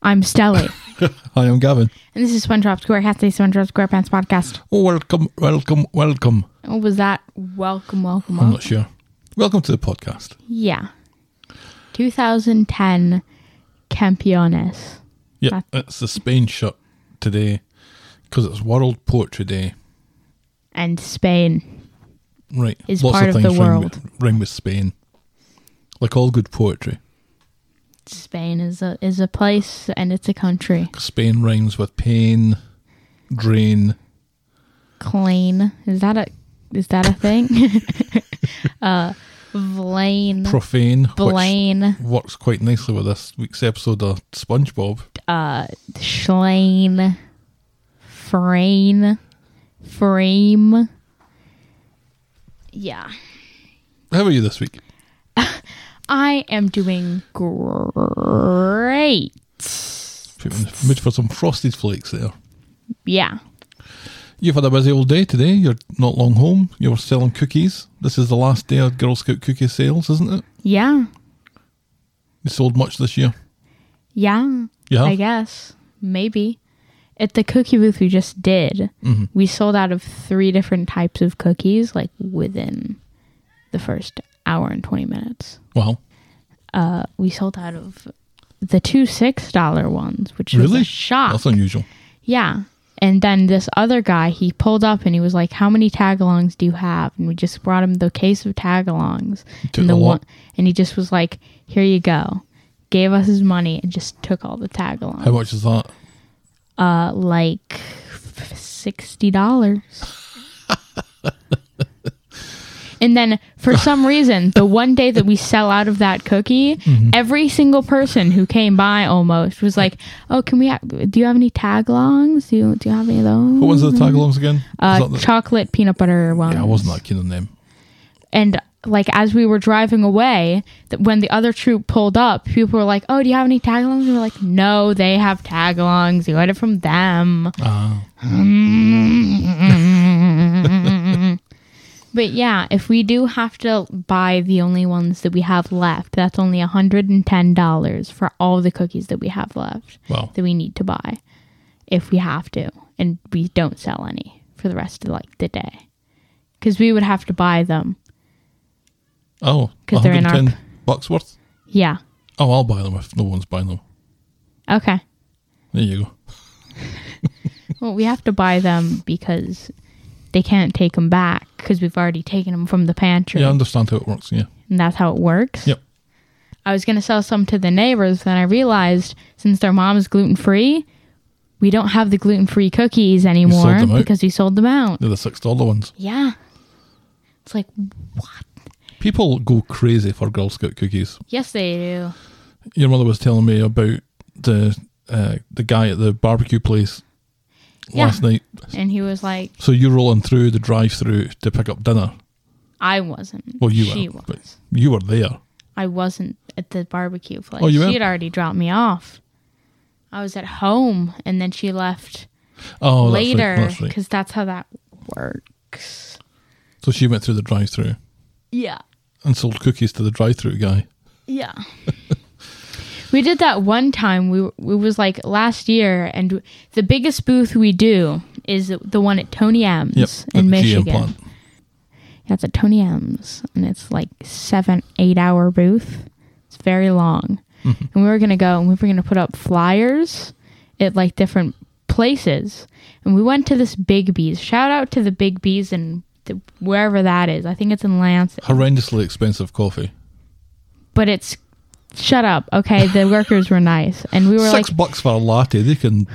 I'm Stelly, I am Gavin. and this is SpongeBob SquarePants, the SpongeBob SquarePants podcast. Welcome, welcome, welcome. What Oh, was that? Welcome, welcome, I'm welcome. not sure. Welcome to the podcast. Yeah. 2010 Campeones. Yeah, it's the Spain shot today because it's World Poetry Day. And Spain. Right. Is part of the ring world. with- ring with Spain. Like all good poetry. Spain is a is a place and it's a country. Spain rhymes with pain, drain, Clean. Is that a is that a thing? uh Vlaine. profane, Blaine. which works quite nicely with this week's episode of SpongeBob. uh Schlain Frame Frame Yeah. How are you this week? I am doing great. Put me in the mood for some frosted flakes there. Yeah. You've had a busy old day today. You're not long home. You're selling cookies. This is the last day of Girl Scout cookie sales, isn't it? Yeah. You sold much this year. Yeah. Yeah. I guess. Maybe. At the cookie booth we just did, we sold out of three different types of cookies like within the first hour and 20 minutes. Wow. Uh, we sold out of the two $6 ones, which was Really? a shock. That's unusual. Yeah. And then this other guy, he pulled up and he was like, "How many tagalongs do you have?" And we just brought him the case of tagalongs. Took and a lot. and he just was like, "Here you go." Gave us his money and just took all the How tagalongs. much is that? Uh, like f- sixty dollars. and then for some reason, the one day that we sell out of that cookie, Mm-hmm. every single person who came by almost was like, "Oh, can we? Ha- do you have any tagalongs? Do you do you have any of those?" What ones are the tagalongs again? Is Mm-hmm. uh, that the- chocolate peanut butter ones. yeah, I wasn't that keen on them. And like as we were driving away, that when the other troop pulled up, people were like, "Oh, do you have any tagalongs?" And we are like, "No, they have tagalongs. You got it from them." Ah, But yeah, if we do have to buy the only ones that we have left, that's only hundred and ten dollars for all the cookies that we have left wow. that we need to buy, if we have to, and we don't sell any for the rest of like the day, because we would have to buy them. Oh, 'Cause they're in our 110 bucks worth? Yeah. Oh, I'll buy them if no one's buying them. Okay. There you go. Well, we have to buy them because they can't take them back because we've already taken them from the pantry. Yeah, I understand how it works. Yeah. And that's how it works. Yep. I was going to sell some to the neighbors, then I realized since their mom's gluten free, we don't have the gluten free cookies anymore them out. because we sold them out. They're the $6 ones. Yeah. It's like, People go crazy for Girl Scout cookies. yes, they do. Your mother was telling me about the uh, the guy at the barbecue place Yeah. last night. And he was like, So you're rolling through the drive through to pick up dinner. I wasn't. Well, you she were, was. but you were there. I wasn't at the barbecue place. Oh, you she were? had already dropped me off. I was at home, and then she left Oh, later That's right, that's because right. that's, how that works. So she went through the drive through Yeah, and sold cookies to the drive through guy. yeah. we did that one time. We we was like last year, and the biggest booth we do is the one at Tony M's Yep. at in the Michigan. GM plant. Yeah, it's at Tony M's, and it's like seven, eight hour booth. It's very long, Mm-hmm. and we were gonna go, and we were gonna put up flyers at like different places, and we went to this Big Bees. Shout out to the Big Bees and the, wherever that is. I think it's in Lansing, Horrendously expensive coffee. but it's shut up. Okay, the workers were nice, and we were like, Six bucks for a latte. They can.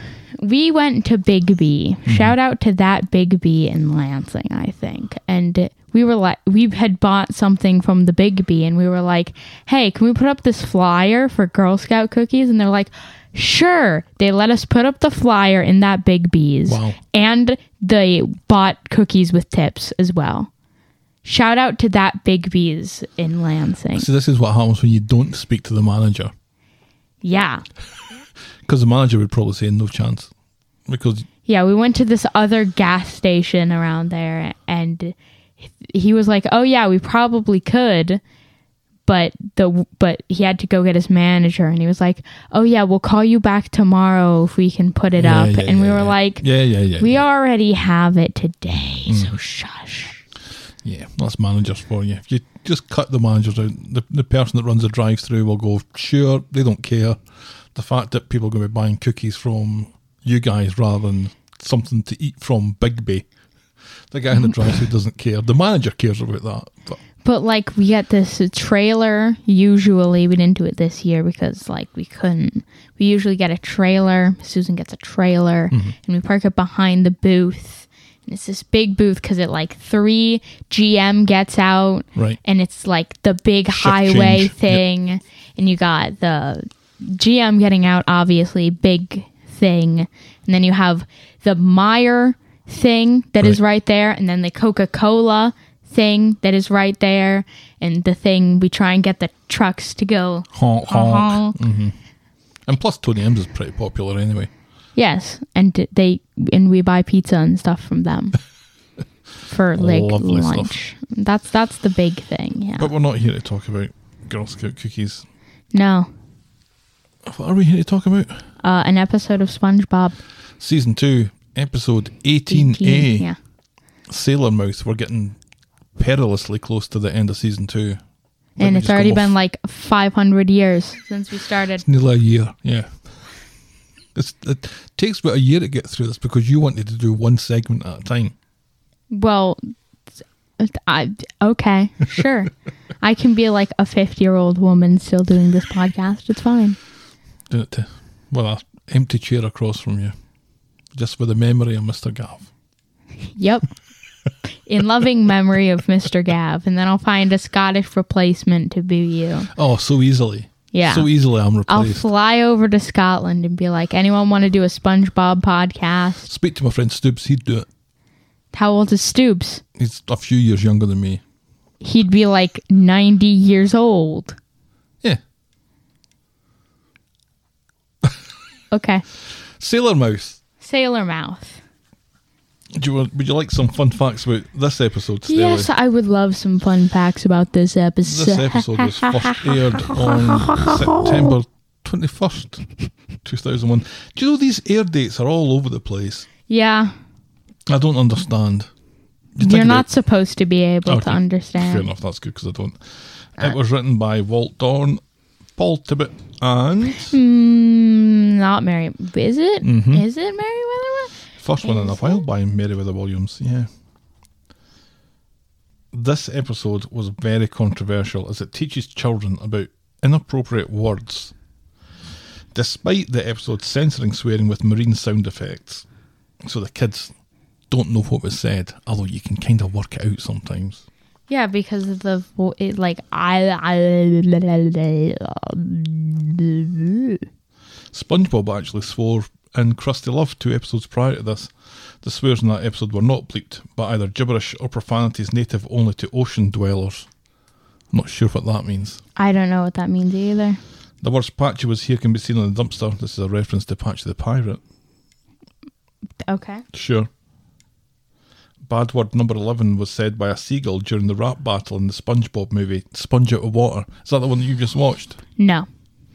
we went to Big B. Shout out to that Big B in Lansing, I think. And we were like, we had bought something from the Big B, and we were like, hey, can we put up this flyer for Girl Scout cookies? And they're like, sure. They let us put up the flyer in that Big B's, Wow. and they bought cookies with tips as well. Shout out to that Big B's in Lansing. See, this is what happens when you don't speak to the manager. Yeah. Because the manager would probably say no chance. Because Yeah, we went to this other gas station around there, and he was like, "Oh yeah, we probably could, but the but he had to go get his manager and he was like oh yeah we'll call you back tomorrow if we can put it Yeah, up yeah, and we yeah, were yeah. like Yeah, yeah, yeah. we yeah. Mm. already have it today so shush Yeah, that's managers for you. If you just cut the managers out, the, the person that runs the drive through will go, sure, they don't care. The fact that people are going to be buying cookies from you guys rather than something to eat from Bigby. The guy in the drive through doesn't care. The manager cares about that. But but like we get this trailer usually we didn't do it this year because like we couldn't we usually get a trailer susan gets a trailer and we park it behind the booth and it's this big booth because it like three gm gets out Right. and it's like the big Shift highway change. thing and you got the gm getting out obviously big thing and then you have the meyer thing that is Right. right there and then the coca-cola thing that is right there and the thing we try and get the trucks to go Honk, honk. Mm. honk, honk. And plus, Tony M's is pretty popular anyway. yes and d- they and we buy pizza and stuff from them for like Lovely stuff. lunch that's that's the big thing yeah But we're not here to talk about Girl Scout cookies. no What are we here to talk about? uh, an episode of spongebob Season 2, episode 18A. 18 yeah Sailor Mouth, we're getting perilously close to the end of season two. Let and me it's just go already off. been like 500 years since we started. nearly a year. Yeah, it's, it takes about a year to get through this because you wanted to do one segment at a time. Well, I okay, sure. I can be like a 50-year-old woman still doing this podcast. It's fine. Doing it to well, an empty chair across from you, just for the memory of Mister Gav. Yep. In loving memory of Mr. Gav, and then I'll find a Scottish replacement to be you. Oh, so easily. Yeah. So easily, I'm I'll replaced. fly over to Scotland and be like, anyone want to do a SpongeBob podcast? Speak to my friend Stubbs. He'd do it. How old is Stoops? He's a few years younger than me. He'd be like 90 years old. Yeah. Okay. Sailor Mouth. Sailor Mouth. Do you, want- would you like some fun facts about this episode? Stella? Yes, I would love some fun facts about this episode. This episode was first aired on September 21st, 2001. Do you know these air dates are all over the place? yeah, I don't understand. You think you're not about- supposed to be able to Okay, Fair understand. enough, that's good because I don't. Uh, It was written by Walt Dorn, Paul Tibbet, and. Mm, not Mary. Is it? Is Mm-hmm. it Mary Weatherman? First one in a while by Meriwether Williams, yeah. This episode was very controversial as it teaches children about inappropriate words. Despite the episode censoring swearing with marine sound effects, so the kids don't know what was said, although you can kind of work it out sometimes. Yeah, because of the vo- it, like I, I SpongeBob actually swore in Krusty Love two episodes prior to this. The swears in that episode were not bleeped, but either gibberish or profanities native only to ocean dwellers. I'm not sure what that means. I don't know what that means either. The words Patchy was here can be seen on the dumpster. This is a reference to Patchy the Pirate. Okay. Sure. Bad word number 11 was said by a seagull during the rap battle in the SpongeBob movie, Sponge Out of Water. Is that the one that you just watched? No,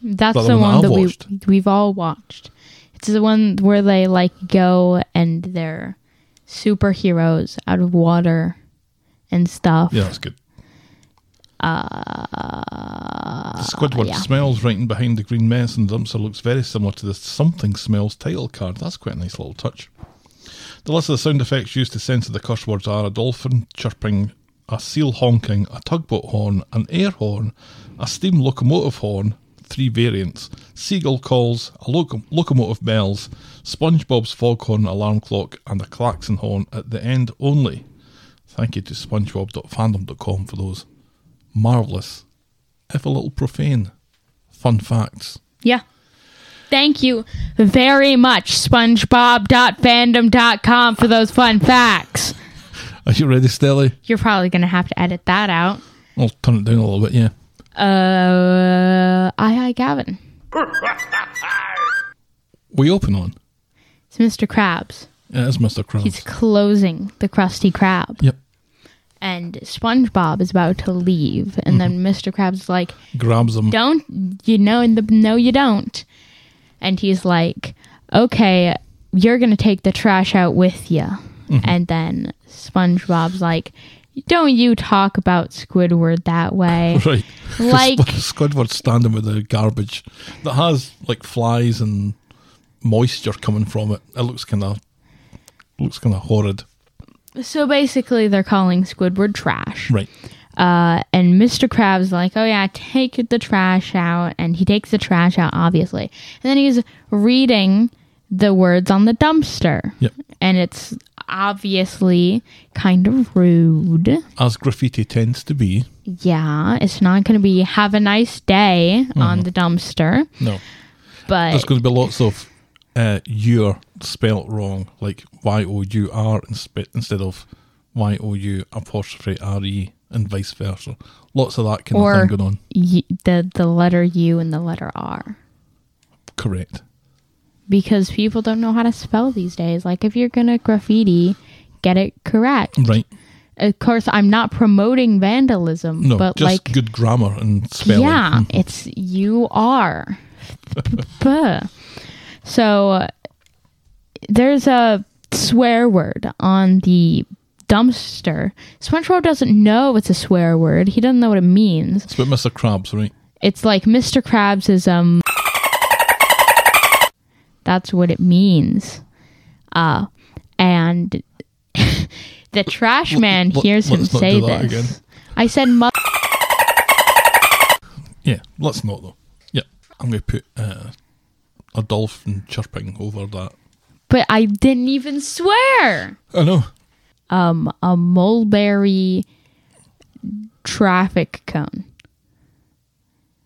that's Is that the, one that I've we watched? we've all watched. It's the one where they like go and they're superheroes out of water and stuff. Yeah, that's good. The Squidward Uh, yeah. smells writing behind the green mess and dumpster looks very similar to the Something Smells title card. That's quite a nice little touch. The list of the sound effects used to censor the curse words are a dolphin chirping, a seal honking, a tugboat horn, an air horn, a steam locomotive horn, three variants, seagull calls, a loco- locomotive bells, SpongeBob's foghorn alarm clock, and a klaxon horn at the end only. Thank you to spongebob.fandom.com for those marvellous, if a little profane, fun facts. Yeah. Thank you very much, spongebob.fandom.com, for those fun facts. Are you ready, Stelly? You're probably going to have to edit that out. I'll turn it down a little bit, yeah. Uh, aye, aye, Gavin. We open on. It's Mr. Krabs. It is Mr. Krabs. He's closing the Krusty Krab. yep. and SpongeBob is about to leave, and then Mr. Krabs like, grabs him. "Don't you know? And the no, you don't." And he's like, "Okay, you're gonna take the trash out with you." And then SpongeBob's like, "Don't you talk about Squidward that way?" Right. Like- Squid- Squidward standing with the garbage that has like flies and moisture coming from it. It looks kind of looks kind of horrid. so basically, they're calling Squidward trash. Right. Uh, and Mr. Krabs like, oh yeah, take the trash out, and he takes the trash out, obviously. And then he's reading the words on the dumpster, Yep. and it's obviously kind of rude. As graffiti tends to be. Yeah, it's not going to be "Have a nice day" on the Mm-hmm. dumpster, No. but There's going to be lots of uh, "your" spelt wrong, like Y O U R inspe- instead of Y O U apostrophe R E, and vice versa. Lots of that kind Or- of thing going on. y- the the letter U and the letter R. Correct. because people don't know how to spell these days. Like, if you're gonna graffiti, get it correct. Right. Of course, I'm not promoting vandalism, No, but just like, good grammar and spelling. yeah, Mm. it's you are. P-p-p. so uh, there's a swear word on the dumpster. SpongeBob doesn't know it's a swear word. He doesn't know what it means. It's about Mr. Krabs, right? It's like Mr. Krabs is um. That's what it means. Uh, and the trash man let- hears him let's not say do that this. again. I said, mu- Yeah, let's not though. Yeah, I'm going to put uh, a dolphin chirping over that. but I didn't even swear. I know. Um, a mulberry traffic cone.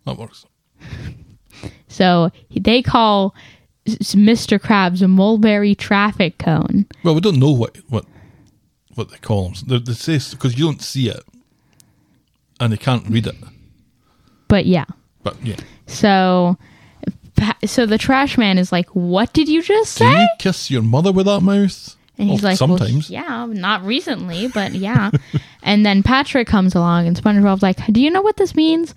That works. So they call s- Mr. Krabs a mulberry traffic cone. Well, we don't know what what what they call them. They, they say because you don't see it, and they can't read it. But yeah. But yeah, So, pa- so the trash man is like, "What did you just do say?" you kiss your mother with that mouth? And he's Well, like, "Well, sometimes. yeah, not recently, but yeah." and then Patrick comes along, and SpongeBob's like, "Do you know what this means?"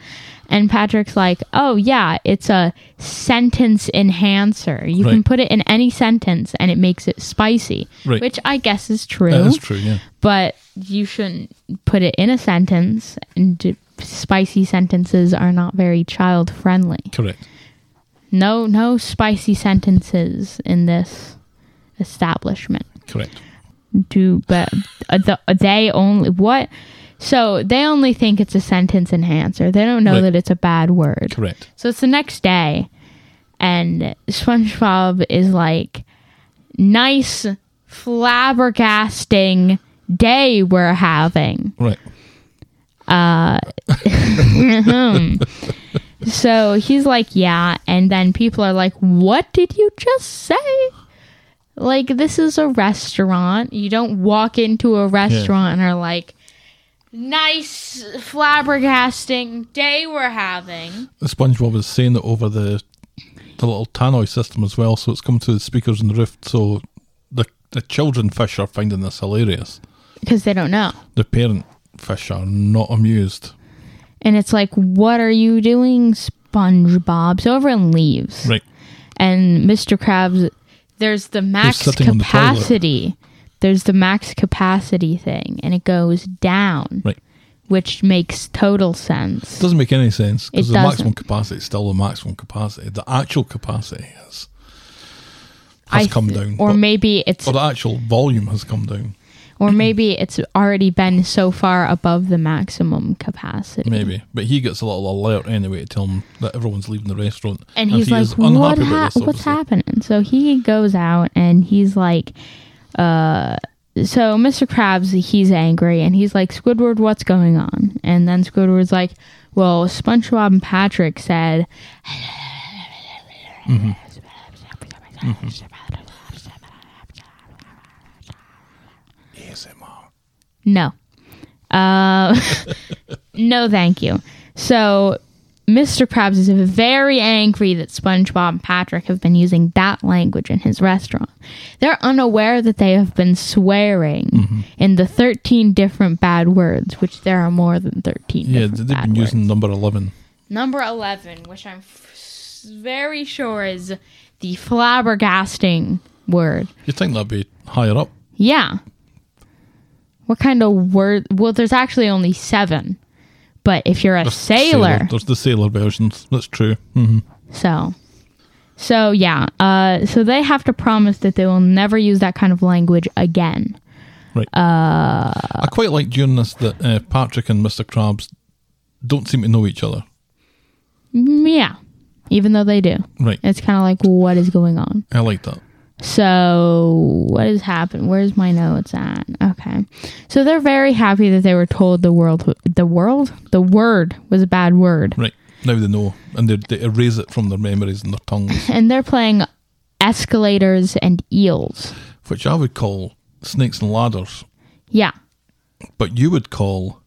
And Patrick's like, "Oh yeah, it's a sentence enhancer. You can Right. put it in any sentence, and it makes it spicy, Right. which I guess is true. That is true. Yeah, But you shouldn't put it in a sentence, and d- spicy sentences are not very child friendly." correct. No, no spicy sentences in this establishment. Correct. Do but uh, the, they only what? So they only think it's a sentence enhancer. They don't know Right. that it's a bad word. Correct. So it's the next day, and SpongeBob is like, "Nice flabbergasting day we're having." Right. So he's like, yeah. And then people are like, what did you just say? Like, this is a restaurant. You don't walk into a restaurant and are like, nice, flabbergasting day we're having. SpongeBob is saying it over the the little tannoy system as well, so it's coming through the speakers in the roof. So the the children fish are finding this hilarious. Because they don't know. The parent fish are not amused. And it's like, what are you doing, SpongeBob? So everyone leaves. Right. And Mr. Krabs, there's the max sitting on the toilet. capacity. there's the max capacity thing, and it goes down. Right. which makes total sense. Doesn't make any sense because It the maximum doesn't. capacity is still the maximum capacity. The actual capacity has I has th- come down, or but, maybe it's or the actual volume has come down. or maybe it's already been so far above the maximum capacity. Maybe, but he gets a little alert anyway to tell him that everyone's leaving the restaurant, And he's he like, is unhappy "What? about Ha- this, what's obviously. happening?" So he goes out and he's like, uh. So Mr. Krabs, he's angry and he's like, Squidward, what's going on? And then Squidward's like, Well, SpongeBob and Patrick said. Mm-hmm. ASMR. No. Uh, no, thank you. So Mr. Krabs is very angry that SpongeBob and Patrick have been using that language in his restaurant. They're unaware that they have been swearing Mm-hmm. in the 13 different bad words, which there are more than 13 Yeah, different they've bad been words. using number 11. Number 11, which I'm f- very sure is the flabbergasting word. You'd think that'd be higher up. Yeah. What kind of word? Well, there's actually only seven. But if you're a sailor, There's the sailor versions. That's true. Hmm. so. So, yeah. Uh, so they have to promise that they will never use that kind of language again. Right. Uh. I quite like during this that uh, Patrick and Mr. Krabs don't seem to know each other. Mm, Yeah. Even though they do. Right. It's kind of like, what is going on? I like that. So, what has happened? Where's my notes at? Okay. So they're very happy that they were told the world, the world, the word was a bad word. Right. Now they know, and they, they erase it from their memories and their tongues, And they're playing escalators and eels. which I would call snakes and ladders, Yeah. but you would call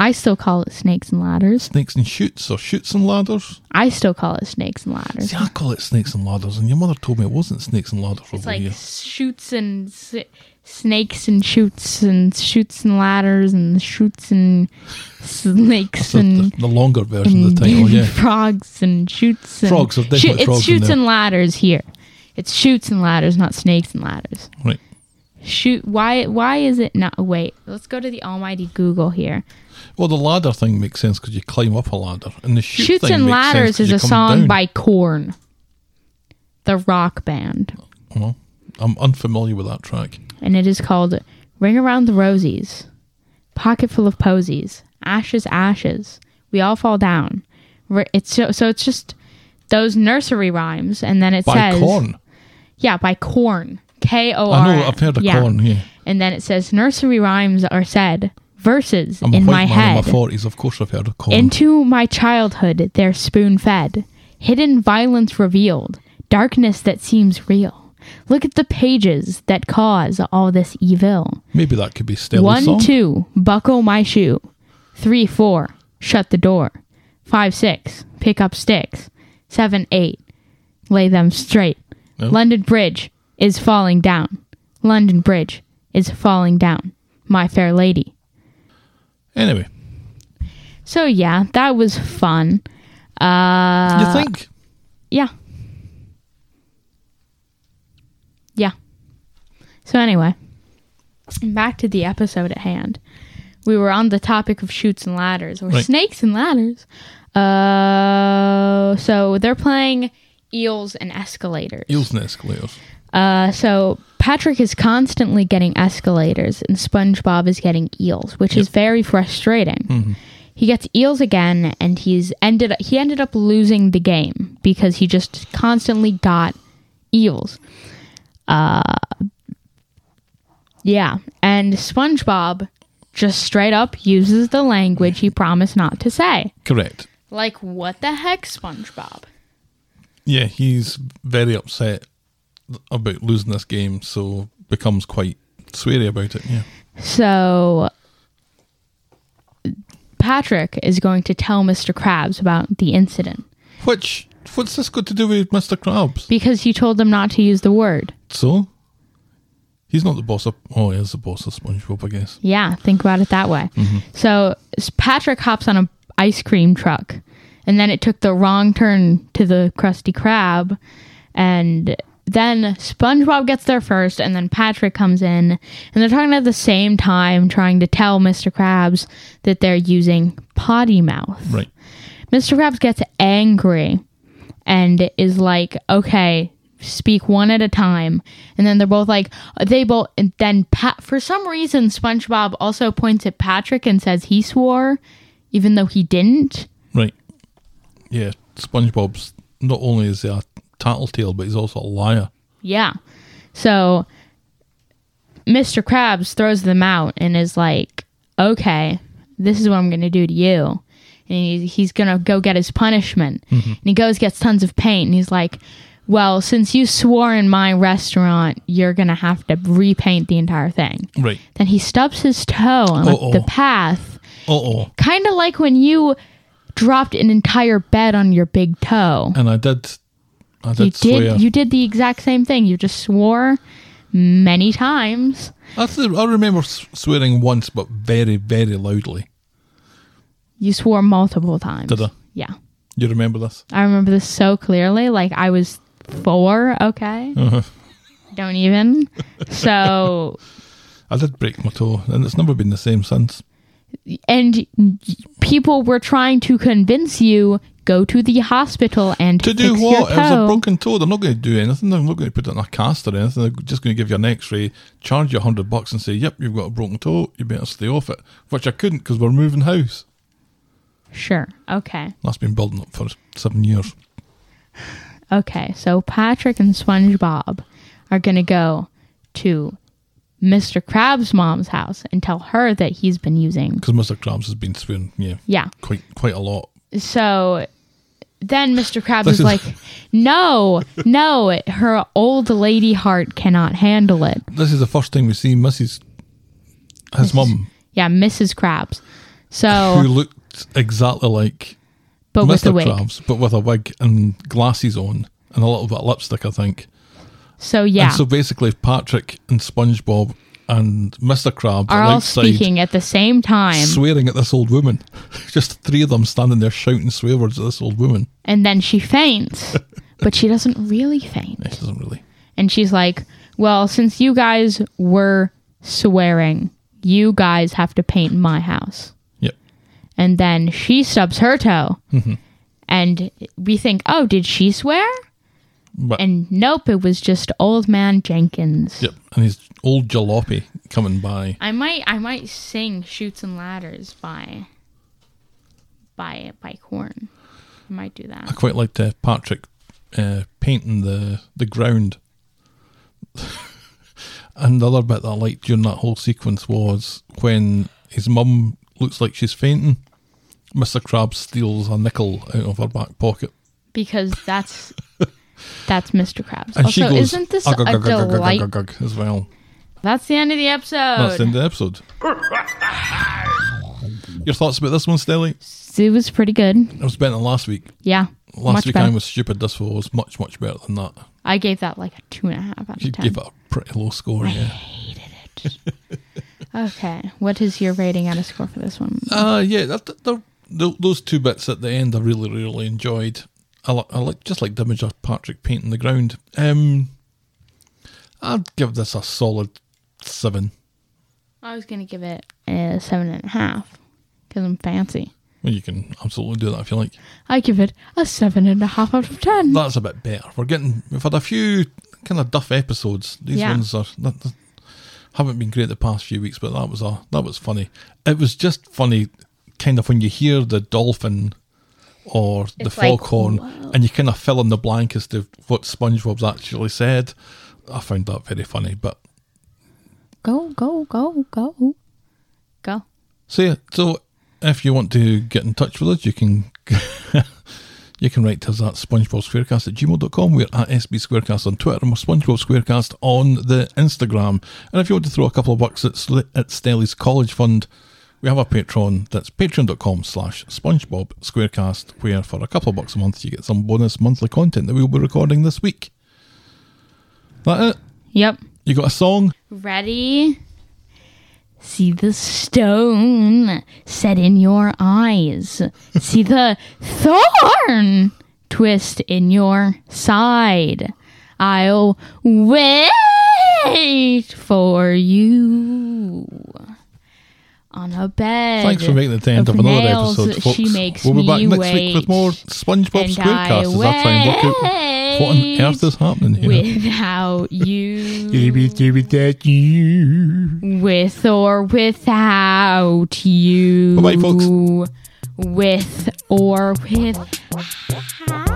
I still call it snakes and ladders. snakes and shoots or shoots and ladders. I still call it snakes and ladders. See, I call it snakes and ladders, and your mother told me it wasn't snakes and ladders It's over like here. shoots and s- snakes and shoots and shoots and ladders and shoots and snakes So and the, the longer version of the title, yeah. frogs and shoots and Frogs, there's definitely it's frogs in shoots there. and ladders here. It's shoots and ladders, not snakes and ladders. Right. Shoot, why? Why is it not? Wait, let's go to the almighty Google here. Well, the ladder thing makes sense because you climb up a ladder, and the shoot Shoots thing and makes ladders sense 'cause is you a come song down. by Korn, the rock band, Well, I'm unfamiliar with that track. and it is called "Ring Around the Rosies," "Pocket Full of Posies," "Ashes, Ashes," "We All Fall Down." Ri- It's so, so it's just those nursery rhymes, and then it By says Corn. Yeah, by Corn. K O R. I know, I've heard of yeah. Corn, yeah. And then it says nursery rhymes are said verses I'm in a my white man head. in my 40s, of course I've heard of Corn. Into my childhood they're spoon fed. Hidden violence revealed. Darkness that seems real. Look at the pages that cause all this evil. Maybe that could be Stella's One, song. two, buckle my shoe. Three, four, shut the door. Five, six, pick up sticks. Seven, eight, lay them straight. Oh. London Bridge is falling down. London Bridge is falling down. My fair lady. Anyway, So yeah, that was fun. Uh, you think? yeah, yeah. So anyway, back to the episode at hand. We were on the topic of shoots and ladders, or Right. snakes and ladders. Uh, so they're playing eels and escalators. Eels and escalators. Uh, so Patrick is constantly getting escalators, and SpongeBob is getting eels, which is very frustrating. He gets eels again, and he's ended. He ended up losing the game because he just constantly got eels. Uh, yeah, and SpongeBob just straight up uses the language he promised not to say. Correct. Like, what the heck, SpongeBob? Yeah, he's very upset about losing this game, so becomes quite sweary about it. Yeah. So Patrick is going to tell Mr. Krabs about the incident Which, what's this got to do with Mr. Krabs? because you told them not to use the word. So? He's not the boss of. Oh, he is the boss of SpongeBob, I guess. Yeah, think about it that way. So s- Patrick hops on an ice cream truck, and then it took the wrong turn to the Krusty Krab, and then SpongeBob gets there first, and then Patrick comes in, and they're talking at the same time, trying to tell Mr. Krabs that they're using potty mouth. Right. Mr. Krabs gets angry and is like, okay, speak one at a time. And then they're both like, they both, and then Pat, for some reason, SpongeBob also points at Patrick and says he swore, even though he didn't. Right. Yeah, SpongeBob's not only is he a tattletale, but he's also a liar. Yeah. So Mr. Krabs throws them out and is like, okay, this is what I'm going to do to you. And he, he's going to go get his punishment. And he goes, gets tons of paint. And he's like, well, since you swore in my restaurant, you're going to have to repaint the entire thing. Right. Then he stubs his toe on Uh-oh. the path, Uh oh. kind of like when you dropped an entire bed on your big toe. And I did. I did you did swear. you did the exact same thing. You just swore many times. I, th- I remember s- swearing once, but very, very loudly. You swore multiple times. Did I? Yeah. You remember this? I remember this so clearly. Like I was four, okay? Uh-huh. Don't even. So I did break my toe, and it's never been the same since. and people were trying to convince you go to the hospital and To do fix what? Your It toe. was a broken toe. They're not going to do anything. They're not going to put it in a cast or anything. They're just going to give you an X-ray, charge you a hundred bucks, and say, "Yep, you've got a broken toe. You better stay off it." Which I couldn't because we're moving house. Sure. Okay. That's been building up for seven years. Okay. So Patrick and SpongeBob are going to go to Mr. Krabs' mom's house and tell her that he's been using. Because Mr. Krabs has been swearing, yeah, Yeah. quite quite a lot. So then Mr. Krabs This is is- like, "No, no, her old lady heart cannot handle it." This is the first time we see Mrs. His mum, Yeah, Mrs. Krabs. So, who looked exactly like Oh. but with Mr. the wig. Krabs, but with a wig and glasses on and a little bit of lipstick, I think. So yeah, And so basically, Patrick and SpongeBob and Mr. Krabs are are all outside speaking at the same time, swearing at this old woman. Just three of them standing there shouting swear words at this old woman. and then she faints, but she doesn't really faint. It doesn't really. And she's like, Well, since you guys were swearing, you guys have to paint my house. Yep. And then she stubs her toe. Mm-hmm. And we think, Oh, did she swear? But, And nope, it was just old man Jenkins. yep. And his old jalopy coming by. I might I might sing Shoots and Ladders by by by Corn. I might do I that. quite liked uh, Patrick uh, painting the the ground. and the other bit that I liked during that whole sequence was when his mum looks like she's fainting. Mr. Crab steals a nickel out of her back pocket. Because that's that's Mr. Krabs. And she also, goes, "Ah, isn't this "Ugh, ugh, a ugh, ugh, ugh, ugh, delight? ugh, ugh," as well. That's the end of the episode. That's the end of the episode. Oh. Your thoughts about this one, Stelly? It was pretty good. It was better than last week. Yeah. Last much week better. I was stupid. This one was much, much better than that. I gave that like a two and a half out You of ten. gave it a pretty low score, yeah. Okay. What is your rating out of score for this one? Uh, yeah, that, that, the- tho- those two bits at the end I really, really enjoyed. I, li- I like just like the image of Patrick painting the ground. Um, I'd give this a solid seven. I was gonna give it a seven and a half because I'm fancy. Well, you can absolutely do that if you like. I give it a seven and a half out of ten. That's a bit better. We're getting we've had a few kind of duff episodes. These Yeah. ones are that, that haven't been great the past few weeks, but that was a that was funny. It was just funny, kind of when you hear the dolphin or the It's like, foghorn, whoa. and you kind of fill in the blank as to what SpongeBob's actually said. I found that very funny, but Go go go go go. So yeah, so if you want to get in touch with us, you can you can write to us at spongebobsquarecast at gmail.com. We're at sbsquarecast on Twitter and we're SpongeBob Squarecast on the Instagram. And if you want to throw a couple of bucks at, Sle- at Stelly's College Fund, we have a Patreon that's patreon.com slash SpongeBob Squarecast, where for a couple of bucks a month you get some bonus monthly content that we will be recording this week. That it? Yep. You got a song? Ready? See the stone set in your eyes. See the thorn twist in your side. I'll wait for you on a bed. Thanks for making it the end of, of another nails episode, folks. she makes we'll be back me next week with wait, more SpongeBob and I Squarecast as I try and work out what on earth is happening here. without you. With or without you. Bye-bye, folks. With or without